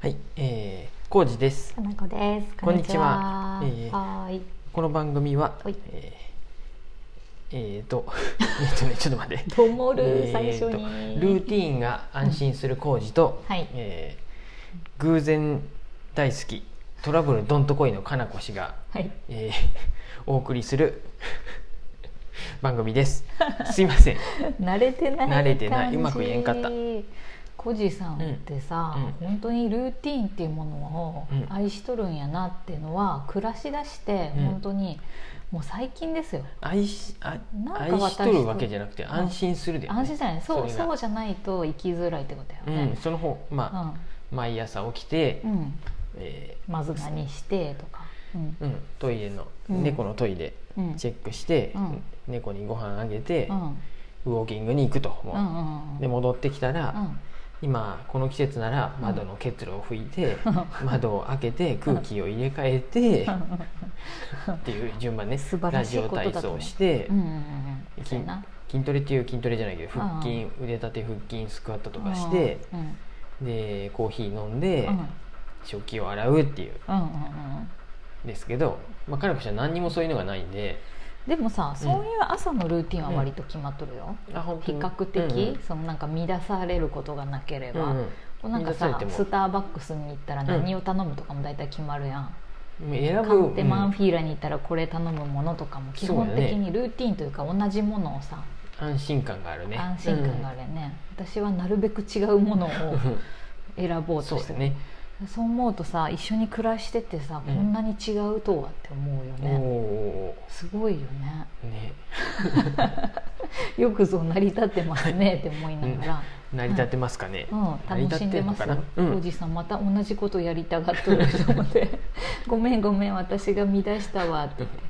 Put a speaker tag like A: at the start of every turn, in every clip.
A: はい、えー、コウジです。
B: かなこです。
A: こんにちは
B: こんにちははーい。
A: この番組は、
B: はい
A: えー、えーと、 えーとね、ちょっと待って。
B: ども
A: え
B: る
A: ー
B: 最初
A: と
B: に。
A: ルーティーンが安心するコウジと、
B: はい
A: えー偶然大好きトラブルどんとこいのかなこ氏が、
B: はい。
A: えー お送りする番組 です。すいません。
B: 慣れてない。
A: 慣れてないうまく言えんかった。
B: コジさんってさ、
A: う
B: 本当にルーティーンっていうもの
A: うん
B: を愛しとるんやなっていうのは暮らしだして
A: うん
B: 本当にもう最近ですよ。
A: 愛しあ
B: なんか
A: 愛しとるわけじゃなくて安心するで、ね、
B: 安心じゃない。そう
A: それ
B: そ
A: が
B: うじゃないと生きづらいってことだよ
A: うん、
B: ね。
A: その方まあ、毎朝起きて、
B: うん。うん。
A: え
B: まず何してとか。うん
A: ーうん、トイレの、
B: うん
A: 猫のトイレ
B: うん。
A: チェックして、
B: うん
A: 猫にご飯あげて
B: う、ん。
A: ウォーキングに行くと
B: うん
A: もう
B: うんうんうん。
A: で戻ってきたら、
B: うん。
A: 今この季節なら
B: うん
A: 窓の結露を拭いて、窓を開けて空気を入れ替えて、っていう順番ね
B: 素晴
A: ラ
B: らし
A: ジ
B: いこ
A: オ
B: とだと思
A: 体操
B: う
A: をして、
B: うんうんうんうんそうやな
A: 筋トレっていう筋トレじゃないけど腹
B: う
A: 筋腕立て腹筋スクワットとかして、
B: うんうん
A: でコーヒー飲んで、
B: うんうん
A: 食器を洗うっていう
B: うんうん
A: ですけど、まあ、彼女は何にもそういうのがないんで
B: でもさそういう朝のルーティンは割と決まっとるよ、
A: あ本
B: 比較的、
A: うん
B: そのなんか乱されることがなけれ
A: うん
B: ば、
A: うん
B: こうなんか
A: 乱さ
B: さ
A: れても
B: スターバックスに行ったら何を頼むとかも大体決まるやん、
A: もう選
B: カ
A: ぶ
B: ンテマンフィーラに行ったらこれ頼むものとかも基本
A: そうやね
B: 的にルーティンというか同じものをさ、
A: うん安心感があるね
B: 安心感があるよね、私はなるべく違うものを
A: うん
B: 選ぼうと
A: そうで
B: し
A: す
B: てる
A: ね
B: そう思うとさ一緒に暮らしててさ、
A: うん
B: こんなに違うとはって思うよ
A: おー
B: ね
A: お
B: すごいよね
A: ーね
B: よくぞ成り立ってますねって思いながら、
A: 成り立ってますかね、
B: うん
A: 成り
B: 楽
A: 立
B: し
A: っ
B: ん
A: て
B: で
A: るの
B: ます
A: かな
B: よ、
A: うん
B: おじさんまた同じことやりたがっとると思ってごめんごめん私が乱したわって言って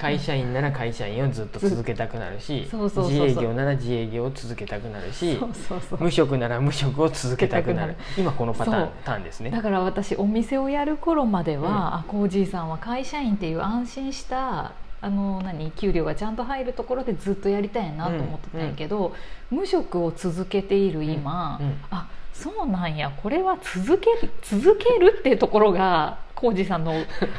A: 会社員なら会社員をずっと続けたくなるし
B: そうそうそう
A: 自
B: そう
A: 営業なら自営業を続けたくなるし
B: そうそうそう
A: 無職なら無職を続けたく なる
B: 続
A: 今このパターン
B: そう
A: ターンですね
B: だから私お店をやる頃までは、あこうじいさんは会社員っていう安心したあの何給料がちゃんと入るところでずっとやりたいなと思ってたんやけど、無職を続けている今、
A: うんうん
B: あそうなんやこれは続ける続けるっていうところが浩二さんの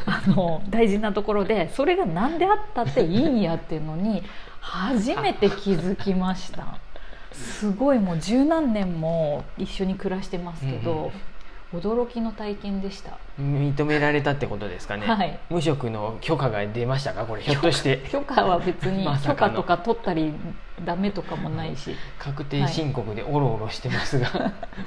B: あの大事なところでそれが何であったっていいんやっていうのに初めて気づきました。すごいもう十何年も一緒に暮らしてますけど、驚きの体験でした
A: 認められたってことですかね、
B: はい
A: 無職の許可が出ましたかこれひょっとして
B: 許可は別に
A: まさ
B: 許
A: か
B: 可
A: の
B: とか取ったりダメとかもないし
A: 確定申告でおろおろしてます が、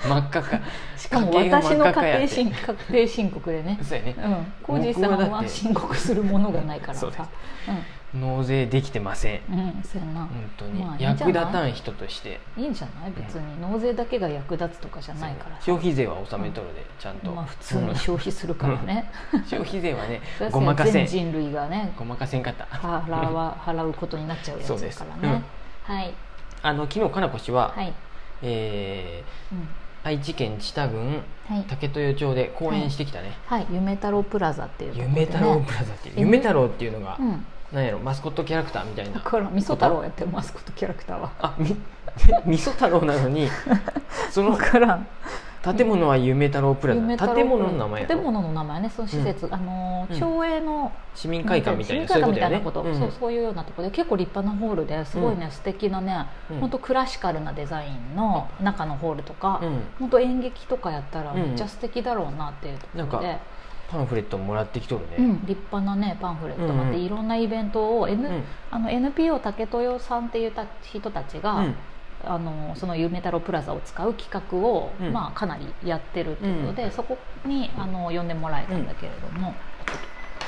A: 真っ赤か
B: しかも
A: 家計が
B: 私の
A: 真っ赤
B: 確
A: かや
B: 定
A: って、
B: 申確定申告でね
A: そうやね
B: うん、浩二さ
A: 僕はだっ
B: ん
A: て
B: は申告するものがないから
A: そうです
B: さ
A: 納税できてません
B: うん、うん、そうやな
A: 本当に、
B: まあいいんじ
A: 役
B: ゃない
A: 立たん人として
B: いいんじゃない別に納税だけが役立つとかじゃないからさ
A: 消費税は納めとるで、ちゃんと、
B: まあ普通 に消費するからね
A: うん消費税はね
B: それは
A: ごまかせ
B: 全
A: ん
B: 人類がね
A: ごまかせんかった
B: 払わ払うことになっちゃうやつ
A: そう
B: だ
A: です
B: から
A: うん
B: ね。はい
A: あの昨日かなこ氏は、
B: はい、
A: え
B: うん、
A: ー愛知県知多郡
B: はい
A: 竹豊町で講演してきたね、
B: はい、夢太郎プラザっていうところで、ね、
A: 夢太郎プラザっていう、
B: ね
A: 夢太郎っていうのが、
B: うん、
A: なんやろマスコットキャラクターみたい
B: だ
A: な
B: から味噌太郎やってますことキャラクターは
A: あみ 味噌太郎なの にその
B: 分からん
A: 建物は夢太郎プラ
B: 夢太
A: ザ
B: 郎
A: 建物の名前やろ
B: 建物の名前ねその施設、あのー
A: うん
B: 町営の
A: 市民会館みたいな
B: 市民会
A: そう
B: 館
A: いう
B: み
A: こと
B: た
A: や
B: い
A: ね
B: な
A: う
B: こと
A: ん
B: そうそういうようなところで結構立派なホールですごいね、素敵なね
A: うん
B: 本当クラシカルなデザインの中のホールとか
A: うん
B: 本当演劇とかやったら
A: うん
B: めっちゃ素敵だろうなっていうところで、
A: なんかパンフレットもらってきとるね、
B: うん、立派なねパンフレットがあって、
A: うんうん
B: いろんなイベントを、N
A: うん
B: あの NPO 竹豊さんっていうた人たちが、
A: うん
B: あのその夢太郎プラザを使う企画を、
A: うん
B: まあ、かなりやってるっていうので、
A: うん
B: そこにあの呼んでもらえたんだけれども、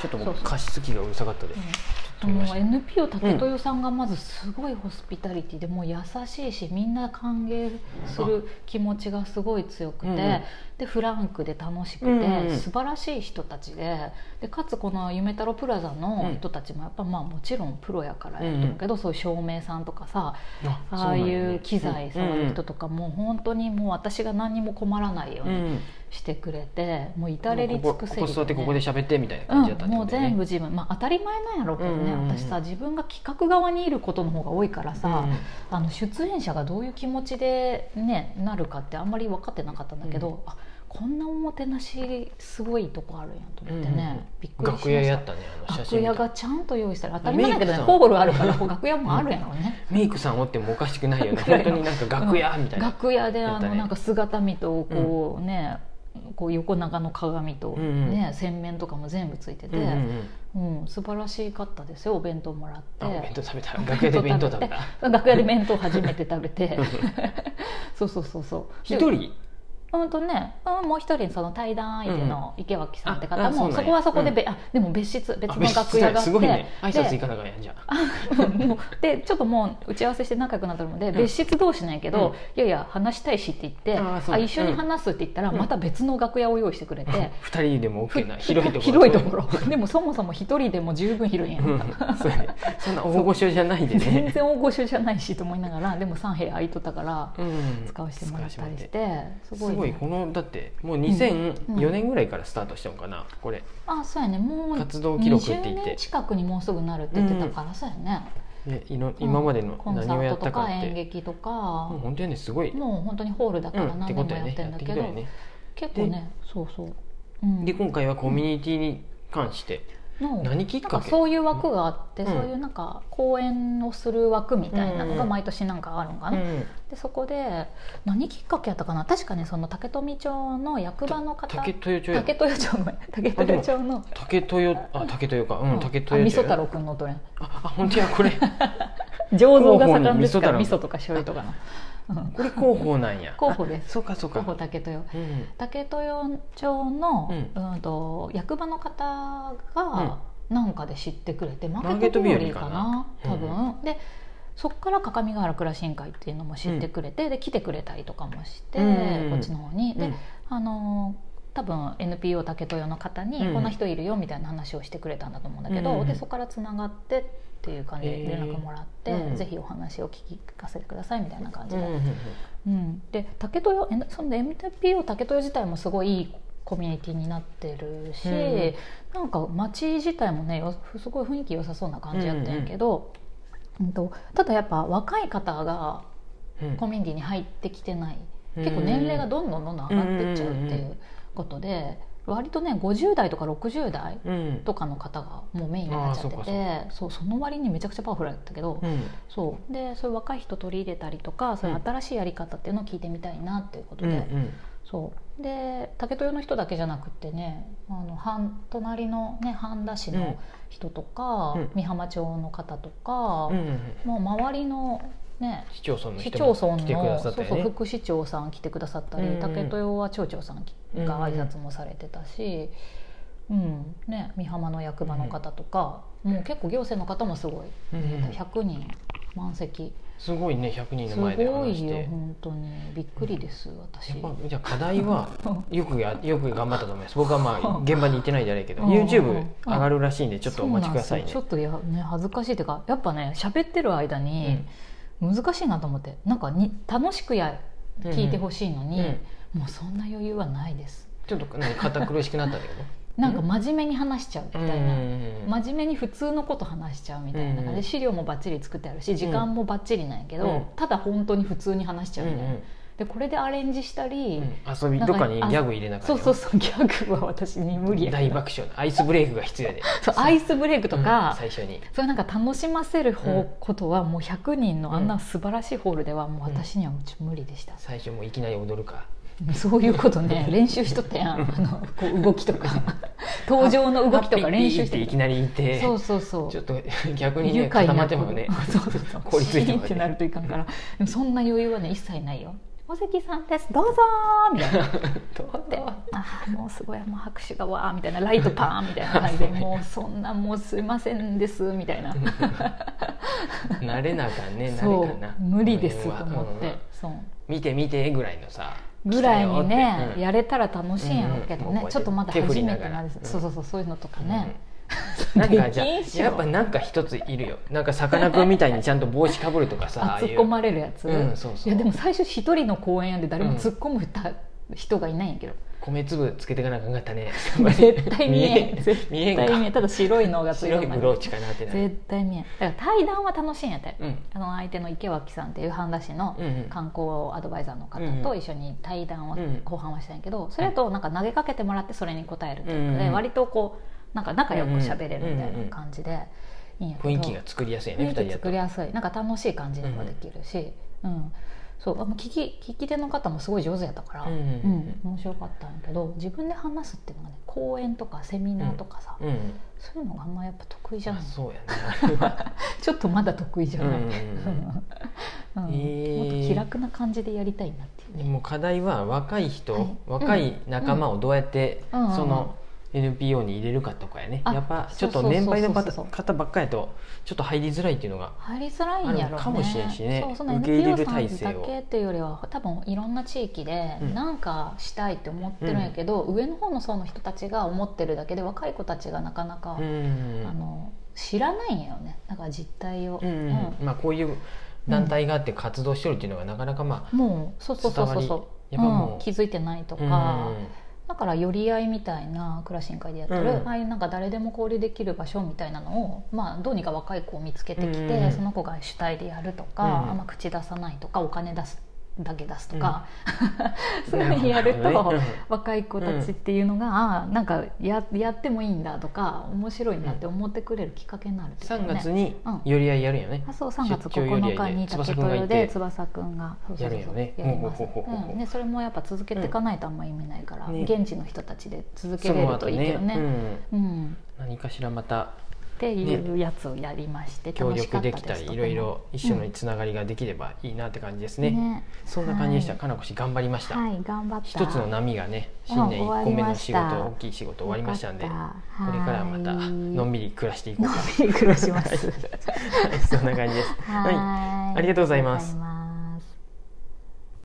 A: ちょっと
B: そう
A: 僕
B: そう
A: 加湿器がうるさかったで、
B: う
A: 飛
B: ん
A: びまし
B: あの NPO 竹豊さんがまずすごいホスピタリティでもう優しいしみんな歓迎する気持ちがすごい強くて、
A: うんうん
B: でフランクで楽しくて、
A: うんうんうん
B: 素晴らしい人たちででかつこの夢太郎プラザの人たちもやっぱまあもちろんプロやからやると思うけど、そういう照明さんとかさ
A: あ
B: ああいう機材触る
A: か、
B: 人とかもう本当にもう私が何にも困らないよう
A: うんうん
B: にしてくれてもう至れり尽くせり
A: ここここ座ってここで喋ってみたいな
B: うん
A: 感じだったね、
B: もう全部
A: 部
B: 自分、まあ、当たり前なんやろうけどね、
A: うんうんうん
B: 私さ自分が企画側にいることの方が多いからさ、
A: うん
B: あの出演者がどういう気持ちで、ね、なるかってあんまり分かってなかったんだけど、
A: うん
B: あこんなおもてなしすごいとこあるんやと思ってね、
A: うんうんうん
B: びっくりしました
A: 楽屋やったねあの写
B: 楽
A: 真
B: 屋
A: 見た
B: がちゃんと用意したら当たり前だけど
A: メイ
B: ね
A: クさん
B: ホールあるからこう楽屋もあるやろうね、
A: メイクさんおってもおかしくないよね
B: 楽屋
A: 本当になんか楽 屋みたいな、
B: 楽屋であ
A: やった
B: の
A: ね
B: なんか姿見とこうね、こう横長の鏡と、
A: うんうん
B: ね洗面とかも全部ついてて、
A: うんうんうん
B: うん、素晴らしかったですよお弁当もらっ
A: あお弁
B: て
A: 当食べた楽屋で弁当食べた
B: 楽屋で弁当初めて食べてそうそうそうそう
A: 一
B: で
A: 人
B: うんとね、うん、もう一人その対談相手の池脇さんって
A: あ
B: 方
A: あそうなん
B: も、
A: や
B: そこはそこでべ、あでも別室別
A: あ
B: の楽屋があっ
A: す
B: て
A: ごいね挨拶行
B: で
A: かながらやんじゃん
B: もうでちょっともう打ち合わせして仲良くなったので、
A: ん
B: 別室同士なんやけど、
A: うん
B: いやいや話したいしって言って
A: あ
B: あ
A: そう
B: 一緒に話すって言ったら、
A: うん
B: また別の楽屋を用意してくれて、
A: 二人でも OK な広いところ
B: 広いところでもそもそも一人でも十分広いんやん
A: うん そうやねそんな大御所じゃないで
B: 全
A: ね
B: 然大御所じゃないしと思いながらでも3部屋空いとったから
A: うん
B: 使わせてもらったりしててす
A: す
B: ごい,、
A: ごいこのだってもう2004年ぐらいからスタートしたのかなこれ
B: あそうやねもう
A: 活動記録って言
B: 20
A: って
B: 年近くにもうすぐなるって言ってたから、そうやね
A: でいろ今までの
B: コンサ
A: 何をや
B: ー
A: っ
B: ト
A: た
B: と
A: かっ
B: か演
A: て
B: 劇とか、
A: もう本当にねすごい
B: もう本当にホールだか
A: う
B: ら
A: んっ
B: 何
A: て
B: 年
A: こ
B: も
A: とや
B: やっ
A: ね
B: て
A: や
B: ん
A: っ
B: だ
A: て
B: け
A: きた
B: ど、
A: よね
B: 結構ねそうそう、うん、
A: で今回はコミュニティに関して
B: の
A: 何きっかけ
B: なんかそういう枠があって、
A: うん
B: そういうなんか公演をする枠みたいなのが毎年なんかあるのかな、
A: うん
B: でそこで何きっかけやったかな確かねその竹富町の役場の方
A: 竹豊町や
B: 竹豊町 ごめん竹豊町の
A: 竹豊あ竹豊かう
B: うん
A: ん竹
B: あ
A: 豊
B: 味
A: 町
B: 噌
A: や
B: 太郎くんのどれ
A: ああ本当やこ れ
B: 醸造が盛んです
A: 候補に味噌太
B: から
A: 郎
B: 味噌とか醤油とかの、うん
A: これ候補なんや
B: 候補です
A: あそうかそう
B: 候
A: か
B: 補竹豊
A: うん
B: 竹豊町の、
A: う
B: うん、と役場の方がなんかで知ってくれて、マ
A: ー
B: ー
A: ケ
B: ケ
A: ッ
B: ッ
A: ト
B: ト
A: 日
B: 日
A: 和
B: 和
A: かな
B: かな多分、でそっから各務原倉新会っていうのも知ってくれて、で来てくれたりとかもして、
A: うん
B: こっちの方に。で、
A: うん
B: あのー多分 NPO 竹豊の方に
A: うん
B: こんな人いるよみたいな話をしてくれたんだと思うんだけ
A: うん
B: ど、
A: うん
B: でそこからつながってっていう感じで連絡もらって、
A: へーうん
B: ぜひお話を聞かせてくださいみたいな感じ
A: う
B: で、
A: んうんうん
B: うん、で竹豊えその MTPO 竹豊自体もすごいいいコミュニティになってるし、
A: うん
B: なんか街自体もねよすごい雰囲気良さそうな感じやったんやけど、うんとただやっぱ若い方が
A: うん
B: コミュニティに入ってきてない、
A: うん
B: 結構年齢がどんどんどんどん上がってっちゃうって
A: うんうん
B: い
A: うんう
B: うことで割とね50代とか60代
A: うん
B: とかの方がもうメインになっちゃって
A: あー
B: てそうその割にめちゃくちゃパワフルだったけど。
A: うん
B: そうでそういう若い人取り入れたりとかそういう新しいやり方っていうのを聞いてみたいなっていうこと
A: う
B: で、
A: んうん
B: そうで竹豊の人だけじゃなくってねあの半隣の、ね、半田市の人とか、
A: うん
B: 美浜町の方とか、
A: うんうん
B: もう周りの、ね、
A: 市町村の
B: 市
A: 人
B: 町村
A: も来てくだ
B: の、
A: さ
B: そ
A: っ
B: う
A: た
B: そ
A: よ
B: う
A: ね
B: 副市長さん来てくださったり、
A: うんうん
B: 竹豊は町長さんが挨拶もされてたし、うんね、美浜の役場の方とか、もう結構行政の方もすごい。
A: うんうん
B: 100人満席
A: すごいね100人
B: す
A: の
B: ご
A: 前で話
B: い
A: し
B: よ
A: て
B: 本当にびっくりです私
A: やっぱじゃあ課題は よくやよく頑張ったと思います僕はまあ現場に行ってないじゃないけど
B: うん
A: YouTube 上がるらしいんでちょっとお待ちくださいね
B: そうなんですよちょっとや、ね、恥ずかしいっていうかやっぱね喋ってる間に難しいなと思ってなんかに楽しくや
A: うん
B: 聞いてほしいのに、
A: うん
B: もうそんな余裕はないです
A: ちょっとなんか堅苦しくなったんだけど
B: なんか真面目に話しちゃうみたいな、
A: うん
B: 真面目に普通のこと話しちゃうみたいな、
A: うん
B: で資料もバッチリ作ってあるし時間もバッチリなんやけど、
A: うん
B: ただ本当に普通に話しちゃうみたいな、
A: うん
B: でこれでアレンジしたり、
A: うん遊びどっかにギャグ入れながら
B: そうそうそうギャグは私に無理や
A: 大爆笑アイスブレイクが必要やで
B: そうアイスブレイクと
A: うん
B: か、
A: 最初に
B: そういうなんか楽しませる方、
A: うん
B: ことはもう100人のあん
A: うん
B: な素晴らしいホールではもう私にはちょっと無理でした、
A: 最初もういきなり踊るか
B: そういうこ とね練習しとったやんあのこう動きとか登場の動きとか練習
A: ハ
B: し
A: ッピーってい
B: て
A: きなり言って
B: そうそうそう
A: ちょっと 逆に
B: 愉
A: ね
B: 快
A: 固ま
B: な
A: ってもね
B: そうそうそう
A: 凍りついてもね
B: シーンってなるといかんからでもそんな余裕はね一切ないよ「小関さんですどうぞー」みたいな
A: どう
B: で
A: ぞ
B: あーもうすごいもう拍手がわーみたいなライトパーンみたいな感じでもうそんなもうすいませんですみたいな
A: 慣れなあかんね慣
B: そ
A: れかな
B: う無理ですと思っ
A: うんうん
B: てそう
A: 見て見てぐらいのさ
B: ぐらいに
A: 来たよ
B: ね
A: ってうん
B: やれたら楽しいんやろうけど
A: うんうんも
B: ね
A: う
B: ちょっとまだ
A: 手振
B: 初
A: り
B: め
A: な
B: て
A: がら
B: なんです
A: うん
B: そうそうそうそういうのとかね
A: うんなんかじゃあ
B: できんしょ
A: やっぱなんか一ついるよなんか魚くんみたいにちゃんと帽子かぶるとかさ
B: あ
A: ああい
B: 突っ
A: う
B: 込まれるやつ
A: うんそうそう
B: いやでも最初一人の公演やで誰も突っ込むた人がいないんやけど
A: 米粒つけていかなあかんかったね
B: 絶対見え
A: 見見え
B: ん
A: ん
B: 絶対見え
A: か
B: んただ白いのがついて
A: 白いブローチかなってなる
B: 絶対見えんだから対談は楽しいんやったよ、
A: うん
B: あの相手の池脇さんっていう半田市の
A: うんうん
B: 観光アドバイザーの方と一緒に対談は
A: うん
B: 後半はしたんやけど、それだとなんか投げかけてもらってそれに答えるというか
A: うん
B: で
A: うん
B: 割とこうなんか仲良く喋れるみたいな感じでいいんやけど
A: 雰囲気が作りやすいよね二
B: 雰囲
A: 人
B: 気
A: だと
B: 作りやすいなんか楽しい感じにもできるし、うんそうあもう聞き聞き手の方もすごい上手やったから、
A: うんうん
B: うん面白かったんやけど自分で話すっていうのがね講演とかセミナーとかさ、
A: うんうん
B: そういうのがあんまやっぱ得意じゃ
A: ま
B: な
A: あ
B: い
A: そうやねあれは
B: ちょっとまだ得意じゃ
A: うん
B: ない、
A: うん
B: う
A: え
B: ん
A: ー
B: もっと気楽な感じでやりたいなっていう
A: でも課題は若い人、
B: はい
A: 若い仲間をどうやってそ
B: うんうん
A: の NPO に入れるかとかやね、
B: あ
A: やっぱちょっ
B: そう
A: と
B: そうそう
A: 年配の
B: そうそうそう
A: 方ばっかりやとちょっと入りづらいっていうのが
B: 入りづらいんやろうね
A: あるかもしれんしね
B: そうその
A: 受け入れ
B: NPO
A: る
B: さ
A: 体
B: ん
A: 制を
B: だけっていうよりは多分いろんな地域で
A: うん
B: なんかしたいって思ってるんやけど、上の方の層の人たちが思ってるだけで若い子たちがなかなか、
A: うんうん
B: あの知らないんやよねだから実態を、
A: うんうん
B: うん
A: まあ、こういう団体があって活動してるっていうのがなかなかまあ
B: もうそうそうそうそ
A: 伝
B: う
A: わ
B: そ
A: り
B: う、
A: やっぱもう
B: うん気づいてないとか、
A: うん
B: だから寄り合いみたいなクラシン会でやってる、
A: うん
B: ああいうなんか誰でも交流できる場所みたいなのを、まあ、どうにか若い子を見つけてきて、
A: うん
B: その子が主体でやるとか、
A: うん
B: あんま口出さないとかお金出すだけ出すとか、 そういうふうにやると。
A: なるほどね
B: 若い子たちっていうのが、ああなんかややってもいいんだとか面白いなって思ってくれるきっかけになるっていうか
A: 3
B: ね
A: 月に寄り合いやるんよね、
B: あそう3月
A: 出張寄り合い
B: 9
A: で
B: 日に
A: 翼
B: 竹
A: くんがい
B: 豊
A: て
B: で翼くんがそうそうそう
A: やるよね
B: やります
A: ほうほうほうほうほう
B: うんでそれもやっぱ続けていかないとあんま意味ないから、
A: うんね
B: 現地の人たちで続け
A: そ
B: れ
A: の
B: る
A: 後
B: といいけどね
A: うん
B: うん、
A: 何かしらまた
B: っていうやつをやりまして、
A: 協
B: 楽しか
A: 力
B: った
A: でき
B: です
A: たり
B: とても
A: いろいろ一緒のつながりができればいいなって感じですね,、
B: ね
A: そんな感じでした、
B: はい
A: かなこ氏頑張りました、
B: はい頑張った
A: 一つの波がね新年
B: うん
A: 1個目の仕
B: 終わり
A: 事
B: ました
A: 大きい仕事終わりましたんで
B: よ
A: こ
B: かった
A: れからはまた
B: はい
A: のんびり暮らしていこう
B: の
A: か
B: んびり暮らします
A: そんな感じです、はい
B: はい
A: ありがとうございます
B: ありがとうござい